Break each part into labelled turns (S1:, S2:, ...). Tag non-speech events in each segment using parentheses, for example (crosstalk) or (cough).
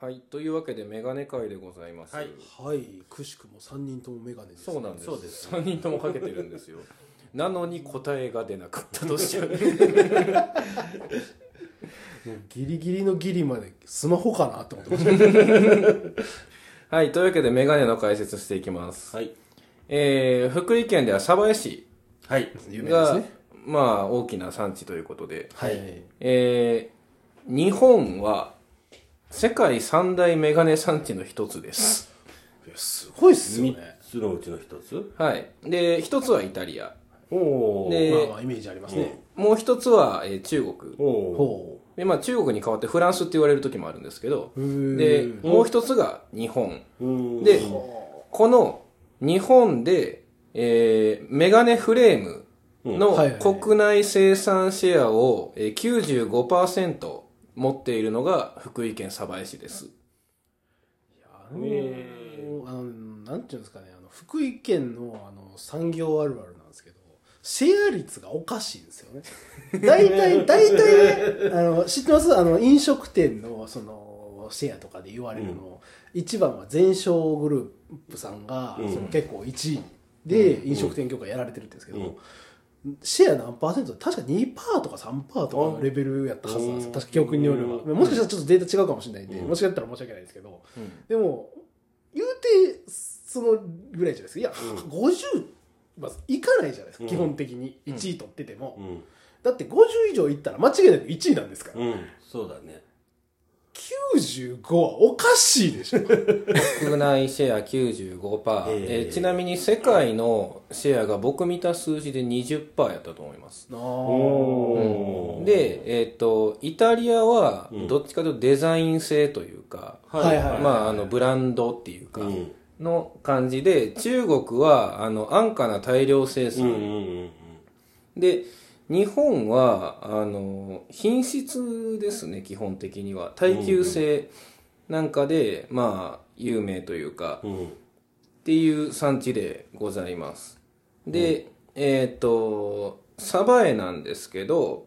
S1: はい、というわけでメガネ会でございます。
S2: はい
S3: はいくしくも3人ともメガネです
S1: そうなんです。
S2: そうです
S1: 3人ともかけてるんですよ。なのに答えが出なかったとしよう。
S3: もうギリギリのギリまでスマホかなって思ってまし
S1: (laughs)
S3: た
S1: はい、というわけでメガネの解説していきます。
S2: はい
S1: えー、福井県では鯖江市
S2: はい
S3: 有名で
S1: が、
S3: すね
S1: まあ、大きな産地ということで、
S3: はい
S1: えー、日本は世界三大メガネ産地の一つです。
S3: すごいっすよ
S2: 三
S3: ね
S2: つのうちの一つ
S1: はい。で、一つはイタリア。
S2: おお
S1: で
S3: まあまあイメージありますね
S1: もう一つは、えー中国。
S2: おお
S3: ほ
S1: で、まあ中国に代わってフランスって言われる時もあるんですけど、
S3: うへ
S1: で
S3: ー、
S1: もう一つが日本。
S2: うん
S1: で、この日本で、えーメガネフレーム
S3: うん
S1: の
S3: はいはいはい
S1: 国内生産シェアをえー95%持っているのが福井県鯖江市です。
S3: あのーあのなんていうんですかねあの福井県のあの産業あるあるなんですけどシェア率がおかしいんですよね大
S2: (laughs)
S3: 体大体ねあの知ってますあの飲食店のそのシェアとかで言われるの、一番は全商グループさんが、
S2: うん
S3: その結構1位で飲食店業界やられてるんですけど、
S2: うん
S3: シェア何パーセント確か2%とか3%とかのレベルやったはずなんです
S2: うん
S3: よ確か記憶によれば、
S2: うん
S3: もしかしたらちょっとデータ違うかもしれないんで、
S2: うん
S3: もしかしたら申し訳ないですけど、
S1: うん
S3: でも言うてそのぐらいじゃないですかいや、50まずいかないじゃないですか、
S2: うん
S3: 基本的に
S1: うん
S3: 1位取ってても、
S2: うん
S3: だって50以上いったら間違いなく1位なんですから、
S2: うんそうだね
S3: 95はおかしいでしょ
S1: 国内シェア95%、え
S2: えー
S1: ーちなみに世界のシェアが僕見た数字で20%やったと思います。
S2: おー
S1: で、えっ、と、イタリアは
S2: うん
S1: どっちかというとデザイン性というか、
S3: はいはい
S1: まあ、あの、ブランドっていうか、
S2: うん
S1: の感じで、中国は、あの、安価な大量生
S2: うんうん
S1: 産。
S2: うん
S1: で、日本は、あの、品質ですね、基本的には。耐久性なんかで、まあ、有名というか、
S2: うんうん
S1: っていう産地でございます。で、えっ、と、鯖江なんですけど、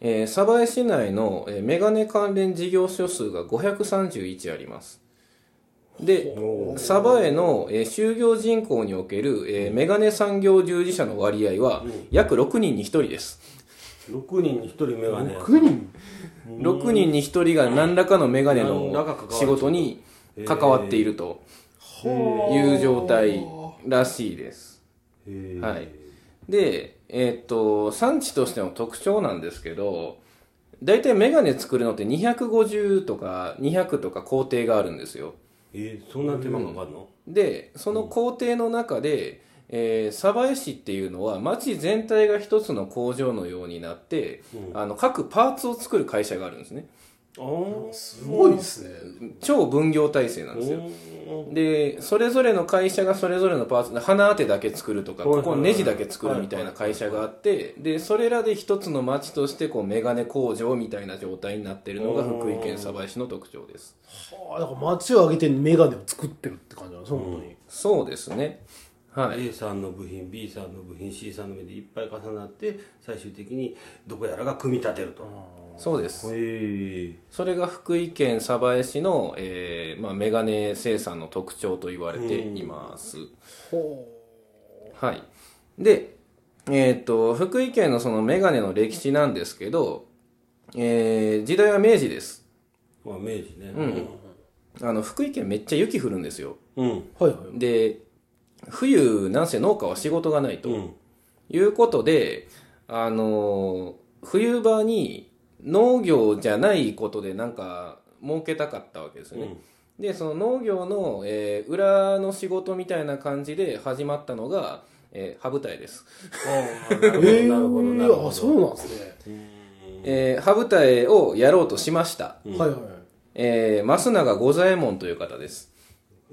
S1: えー鯖江市内の、えーメガネ関連事業所数が531あります。で、鯖江の、えー就業人口における、えーメガネ産業従事者の割合は約6人に1人です。
S2: 六人に一人目がね
S3: 6人
S1: 6人に1人が何らかのメガネ
S2: 何らか
S1: の
S2: 関わってる
S1: 仕事に関わっているという状態らしいです。
S2: へー
S1: はいで、えーっと、産地としての特徴なんですけど、大体メガネ作るのって250とか200とか工程があるんですよ。
S2: えーそんな手間かかるの
S1: で、その工程の中で、えー鯖江市っていうのは町全体が一つの工場のようになって、
S2: うん
S1: あの、各パーツを作る会社があるんですね。
S2: あー
S3: すごいですね
S1: 超分業体制なんですよ。
S2: おー
S1: で、それぞれの会社がそれぞれのパーツで、花当てだけ作るとか、
S2: はいはい
S1: こ
S2: はい
S1: こネジだけ作るみたいな会社があって、で、それらで一つの町として、こう、メガネ工場みたいな状態になってるのが
S2: うん
S1: 福井県鯖江市の特徴です。
S3: はあだから街を挙げてメガネを作ってるって感じなんです本当に、
S1: そうですね。はい。
S2: A さんの部品 B さんの部品 C さんの部品でいっぱい重なって最終的にどこやらが組み立てると
S1: そうです。
S2: へえ
S1: それが福井県鯖江市の、えーまあ、メガネ生産の特徴と言われています。はい。で、えーっと、福井県のそのメガネの歴史なんですけど、えー時代は明治です。
S2: まあ明治ねうん
S1: あの、福井県めっちゃ雪降るんですよ。
S2: うん
S3: はいはい
S1: で、冬、なんせ農家は仕事がないと。
S2: うん
S1: いうことで、あのー冬場に農業じゃないことでなんか儲けたかったわけですよね。で、その農業の、えー裏の仕事みたいな感じで始まったのが、えー羽舞台です。
S3: ええ
S2: なるほどなるほど
S3: あそうなんですね、
S1: えー羽舞台をやろうとしました。
S3: はいはい
S1: えー、増永五左衛門という方です。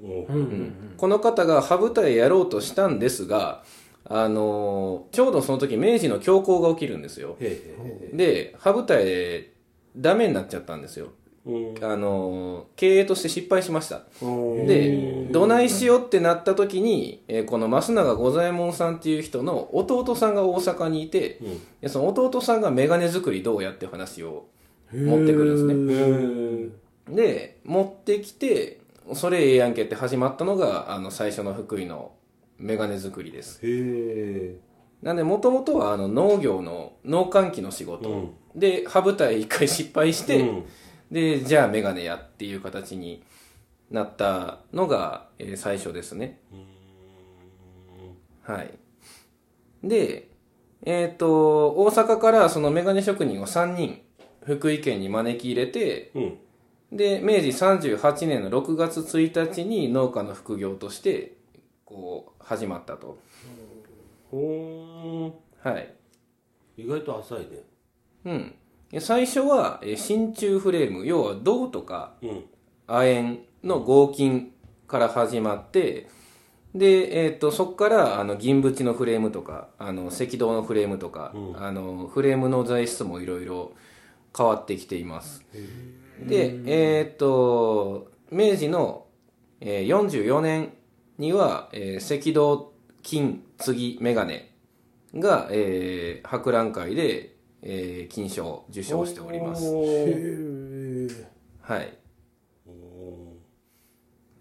S2: お
S3: うん、
S1: この方が羽舞台やろうとしたんですが、あのーちょうどその時明治の恐慌が起きるんですよ。
S2: へえ
S1: で、羽舞台でダメになっちゃったんですよ。
S2: うん
S1: あのー経営として失敗しました。
S2: おー
S1: で、どないしようってなった時に、えーこの増永五左衛門さんっていう人の弟さんが大阪にいて、
S2: うん
S1: でその弟さんがメガネ作りどうやって話を
S3: へー
S1: 持ってくるんですね。
S2: へえ
S1: で、もうってきて、それええやんけって始まったのが、あの、最初の福井のメガネ作りです。
S2: へえ
S1: なんで、もともとは、あの、農業の、農換機の仕事。
S2: うん
S1: で、歯舞台一回失敗して、
S2: うん
S1: で、じゃあメガネやっていう形になったのが、えー最初ですね。はい。で、えっ、と、大阪からそのメガネ職人を3人、福井県に招き入れて、
S2: うん
S1: で、明治38年の6月1日に農家の副業として、こう、始まったと。
S2: ほーん
S1: はい。
S2: 意外と浅いね
S1: うん。で最初は、えー真鍮フレーム、要は銅とか
S2: うん
S1: 亜鉛の合金から始まってで、えー、とそこからあの銀縁のフレームとかあの赤道のフレームとか、
S2: うん
S1: あのフレームの材質もいろいろ変わってきていますでえっ、と明治の、えー44年には、えー赤道金継ぎメガネが、えー博覧会で、えー金賞を受賞しております
S2: へ
S3: へえ
S1: はい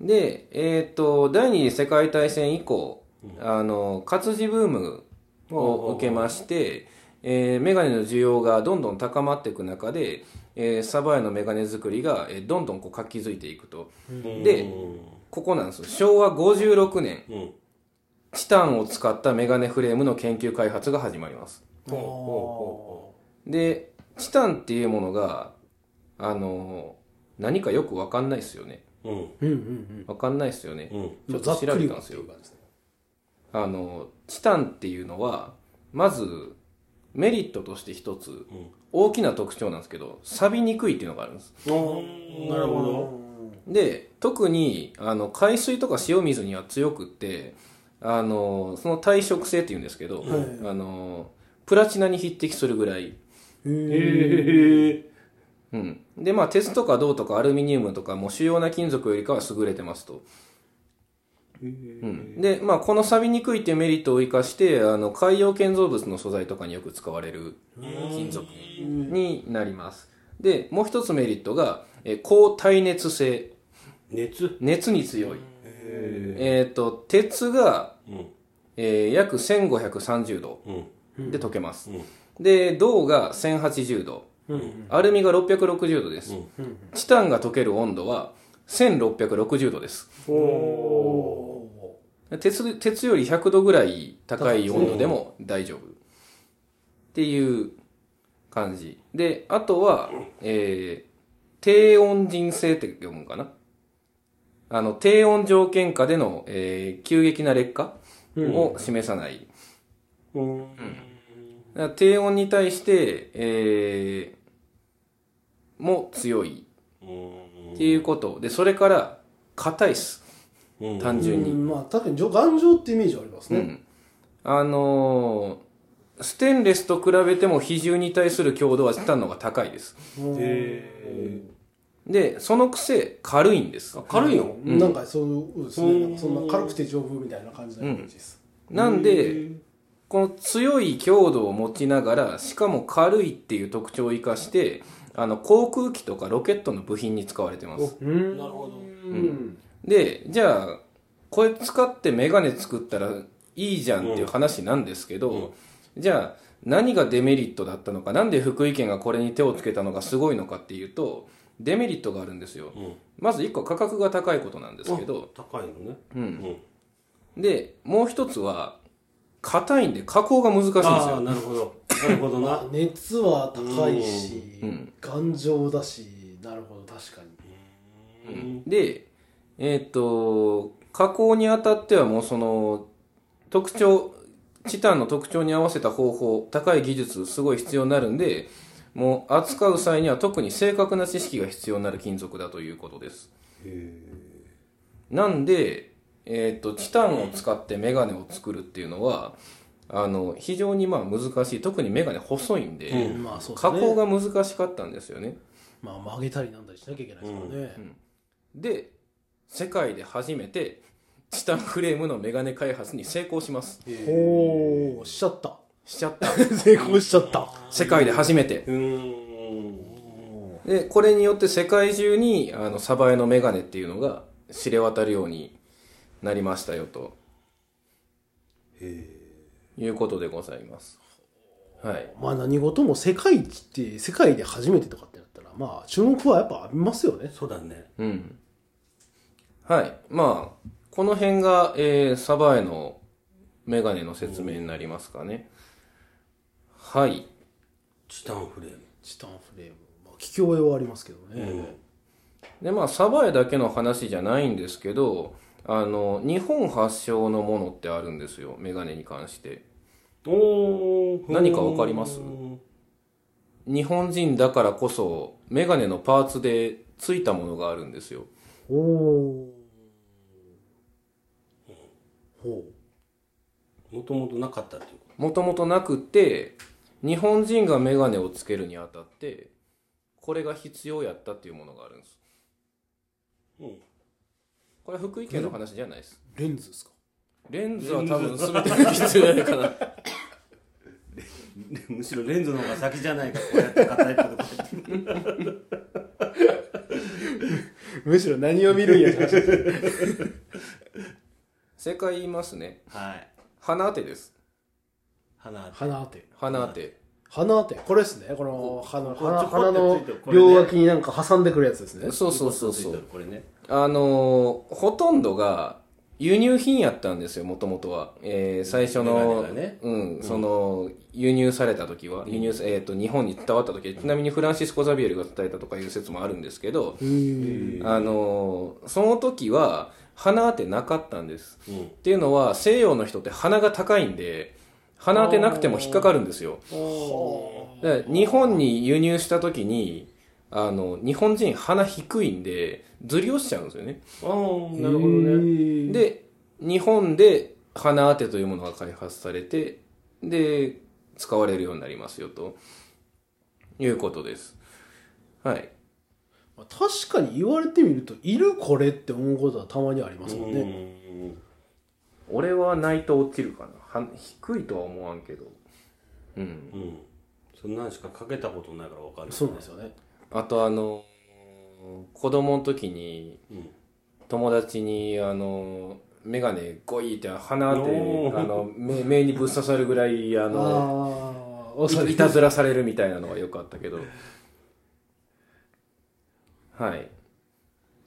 S1: で、えっと第二次世界大戦以降、あの活字ブームを受けまして、えーメガネの需要がどんどん高まっていく中で、えーサバヤのメガネ作りが、えーどんどんこう活気づいていくと
S2: ー
S1: で
S2: うん
S1: ここなんですよ昭和56年
S2: うん
S1: チタンを使ったメガネフレームの研究開発が始まります
S2: ほうほ
S1: でチタンっていうものがあの何かよくわかんないですよね
S2: うほうほ
S3: うんうん
S1: わかんないですよね
S2: ううんうん
S1: ち
S3: う
S1: ょ
S3: ん
S1: っと調べたんですよ
S3: ざっくりっていう感じですね
S1: あの、チタンっていうのは、まず、メリットとして一つ、大きな特徴なんですけど、錆びにくいっていうのがあるんです。
S2: うんなるほど
S1: で、特に、あの、海水とか塩水には強くって、あの、その耐食性って言うんですけど、
S3: はい
S1: あの、プラチナに匹敵するぐらい、
S3: へえ
S2: へえ
S1: うん。で、まあ、鉄とか銅とかアルミニウムとかも主要な金属よりかは優れてますと。うん、で、まあ、この錆びにくいっていうメリットを生かして、あの、海洋建造物の素材とかによく使われる金属になります。で、もう一つメリットが、えー高耐熱性。
S2: 熱
S1: 熱に強い。
S2: へ
S1: えっ、と、鉄が、
S2: えうん
S1: えー約1530度
S2: うん
S1: で溶けます。
S2: うん
S1: で、銅が1080度。
S3: うん
S1: アルミが660度です。
S2: うん
S3: うん
S1: チタンが溶ける温度は1660度です。
S3: おお
S1: 鉄鉄より100度ぐらい高い温度でも大丈夫っていう感じであとは、えー低温人性って読むんかなあの低温条件下での、えー急激な劣化を示さない、
S2: うん
S1: だから低温に対して、えーも強い
S2: うん
S1: っていうことでそれから硬いっす
S2: うん
S1: 単純に、
S3: まあ確かにじょ頑丈ってイメージはあります
S1: う
S3: ね
S1: ん、あのーステンレスと比べても比重に対する強度はチタンの方が高いです。
S3: うん
S2: へ
S1: で、そのくせ軽いんです
S2: ー。軽いの
S1: うん
S3: なんかそうです
S2: う
S3: ね
S2: ん
S3: なんかそんな軽くて丈夫みたいな感じなイメージです
S1: なん
S2: へ
S1: で、
S2: ー
S1: この強い強度を持ちながら、しかも軽いっていう特徴を生かして、あの、航空機とかロケットの部品に使われてます。
S3: うん
S2: なるほど
S3: うん
S1: で、じゃあ、これ使ってメガネ作ったらいいじゃんっていう話なんですけど、じゃあ、何がデメリットだったのか、なんで福井県がこれに手をつけたのがすごいのかっていうと、デメリットがあるんですよ。
S2: うん
S1: まず1個価格が高いことなんですけど、
S2: 高いのね
S1: う。
S2: うんん
S1: で、もう一つは、硬いんで加工が難しいんです
S2: ああ
S1: よ。
S2: なるほどなるほどな
S3: あ熱は高いし
S1: うん
S3: 頑丈だしなるほど確かに
S2: うん
S1: で、えーっと、加工にあたってはもうその、特徴、チタンの特徴に合わせた方法、高い技術、すごい必要になるんで、もう扱う際には特に正確な知識が必要になる金属だということです。なんで、えーっと、チタンを使ってメガネを作るっていうのは、あの、非常にまあ難しい。特にメガネ細いんで、
S3: まあそうです
S1: 加
S3: ね
S1: 工が難しかったんですよね。
S3: まあ曲げたりなんだりしなきゃいけないですからね
S1: で、世界で初めて、チタンフレームのメガネ開発に成功します。
S3: ほうしちゃった
S1: しちゃった。
S3: 成功しちゃった
S1: 世界で初めて。
S2: うん
S1: で、これによって世界中に、あの、サバエのメガネっていうのが知れ渡るようになりましたよ、と
S2: え
S1: いうことでございます。はい。
S3: まあ何事も世界一って世界で初めてとかってなったらまあ注目はやっぱ浴びますよね
S2: そうだね
S1: うん。はい。まあ、この辺が、えー、サバエのメガネの説明になりますかね。はい。
S2: チタンフレーム
S3: チタンフレーム、まあ、聞き覚えはありますけどね、
S1: でまあサバエだけの話じゃないんですけどあの日本発祥のものってあるんですよメガネに関して
S2: おー
S1: 何かわかります
S2: うん
S1: 日本人だからこそメガネのパーツでついたものがあるんですよ
S3: おおほ
S2: もともとなかったっていうこ
S1: もともとなくて日本人がメガネをつけるにあたってこれが必要やったっていうものがあるんです
S2: と、うん
S1: これは福井県の話じゃないです
S3: うレンズですか
S1: レンズは多分全てが必要じゃないかな
S3: (laughs)
S2: でむしろレンズの方が先じゃないかこうやって硬いってこと
S3: むしろ何を見るんやって話です
S1: 正解言いますね
S2: はい
S1: 鼻当てです
S2: 鼻当て
S3: 鼻当て
S1: 鼻当て、
S3: 鼻当てこれですねこの鼻
S2: こうち
S3: 鼻
S2: ょこ
S3: 鼻
S2: って
S3: の
S2: ついてるこれね
S3: 両脇になんか挟んでくるやつですね
S1: そうそうそうそう
S2: これね
S1: あのーほとんどが輸入品やったんですよ、もともとは。えー最初
S2: メガネ
S1: の、
S2: がね
S1: うん、その、輸入された時は、輸入、えっ、と、日本に伝わった時は、ちなみにフランシスコ・ザビエルが伝えたとかいう説もあるんですけど、
S3: へー
S1: あのーその時は、鼻当てなかったんです。
S2: うん
S1: っていうのは、西洋の人って鼻が高いんで、鼻当てなくても引っかかるんですよ。だから日本に輸入した時に、あの、日本人鼻低いんで、ずり落ちちゃうんですよね。
S2: ああな
S3: な
S2: るほどね
S3: ね
S1: で日本で花当てというものが開発されてで使われるようになりますよということですはい
S3: まあ確かに言われてみるといるこれって思うことはたまにありますもんね
S2: うん
S1: 俺はないと落ちるかなは低いとは思わんけどうん
S2: うんそんなんしかかけたことないからわかる
S3: そうなんですよね
S1: あとあの子供の時に
S2: うん
S1: 友達にあの眼鏡ゴイって鼻当て
S2: おー
S1: あの目目にぶっ刺さるぐらいあ
S3: あ
S1: の
S3: ーおさ
S1: い
S3: れ
S1: いたずらされるみたいなのがよくあったけどはい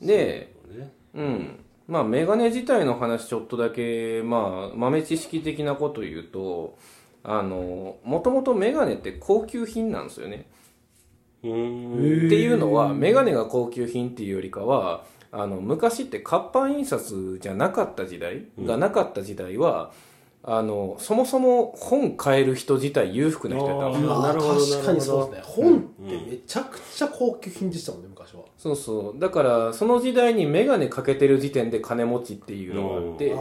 S1: で
S2: ね
S1: うんまあメガネ自体の話ちょっとだけまあ豆知識的なこと言うとあのもともとメガネって高級品なんですよね
S2: う
S3: へ
S2: ん
S3: ー
S1: っていうのはメガネが高級品っていうよりかはあの昔って活版印刷じゃなかった時代がなかった時代は、あのそもそも本買える人自体裕福な人やったんですよ
S3: まあ
S2: なるほど
S3: 確かにそうですね本ってめちゃくちゃ高級品でしたもんね昔は
S1: そうそう。だから、その時代にメガネかけてる時点で金持ちっていうのがあって、
S3: あ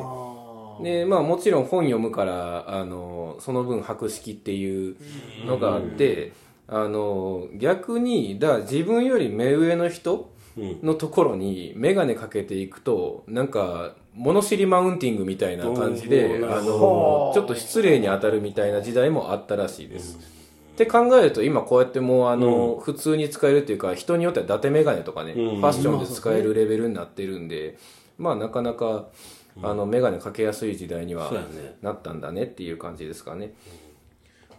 S3: ー
S1: で、まあもちろん本読むから、あの、その分博識っていうのがあって、あの、逆に、だから自分より目上の人
S2: うん
S1: のところにメガネかけていくと、なんか、物知りマウンティングみたいな感じ
S2: お
S1: で、
S2: ー
S1: あの
S3: ほう、
S1: ちょっと失礼に当たるみたいな時代もあったらしいです。って考えると今こうやってもうあの、普通に使えるっていうか人によっては伊達メガネとかね、
S2: うん
S1: ファッションで使えるレベルになってるんで、まあなかなか、あの、メガネかけやすい時代には
S2: そうやね
S1: なったんだねっていう感じですかね。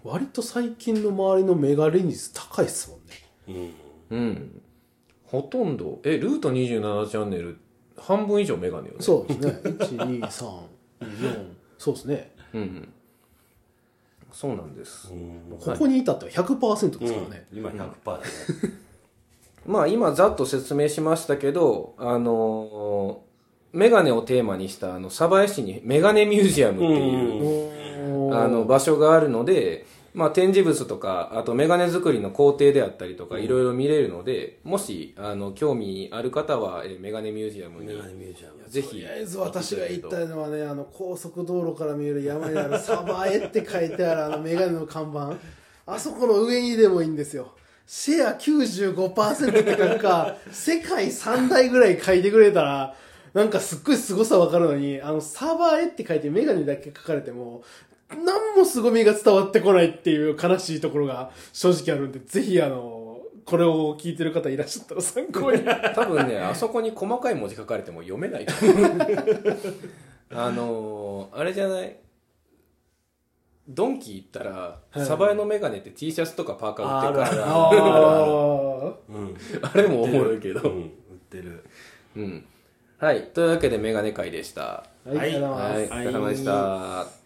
S3: 割と最近の周りのメガネ率高いっすもんね
S2: うん
S1: うん。ほとんど、え、ルート27チャンネル、半分以上メガネよね。
S3: そうですね123 (laughs) 4そうですね
S1: うん。そうなんです。
S2: うん
S3: ここに至っては100%ですからね、
S2: 今100%ですね
S1: まあ今ざっと説明しましたけど、あのーメガネをテーマにしたあの、鯖江市にメガネミュージアムっていう、
S2: うん
S1: あの場所があるので、まあ、展示物とかあとメガネ作りの工程であったりとかいろいろ見れるのでもしあの興味ある方は、えーメガネミュージアム
S2: メ
S1: に
S2: ガネミュージアム
S1: ぜ
S3: と
S1: ひ
S3: りあえず私が言ったのはねあの高速道路から見える山にあ (laughs) る「サバエ」って書いてあるあのメガネの看板あそこの上にでもいいんですよシェア95%って書く (laughs) か世界3大ぐらい書いてくれたらなんかすっごい凄さわかるのにあの「サバエ」って書いてメガネだけ書かれても何も凄みが伝わってこないっていう悲しいところが正直あるんでぜひあのこれを聞いてる方いらっしゃったら参考に
S1: 多分ねあそこに細かい文字書かれても読めないと
S2: (laughs)
S1: 思うあのーあれじゃないドンキ行ったら、
S3: はい
S1: サバエのメガネって T シャツとかパーカー売ってるから
S2: ある
S3: あ
S2: うん、
S1: あれもおもろいけ
S2: う
S1: ど
S2: ん、売ってる
S1: うんはいというわけでメガネ会でした
S3: あはいありがとうございます
S1: はいお疲れ様でした、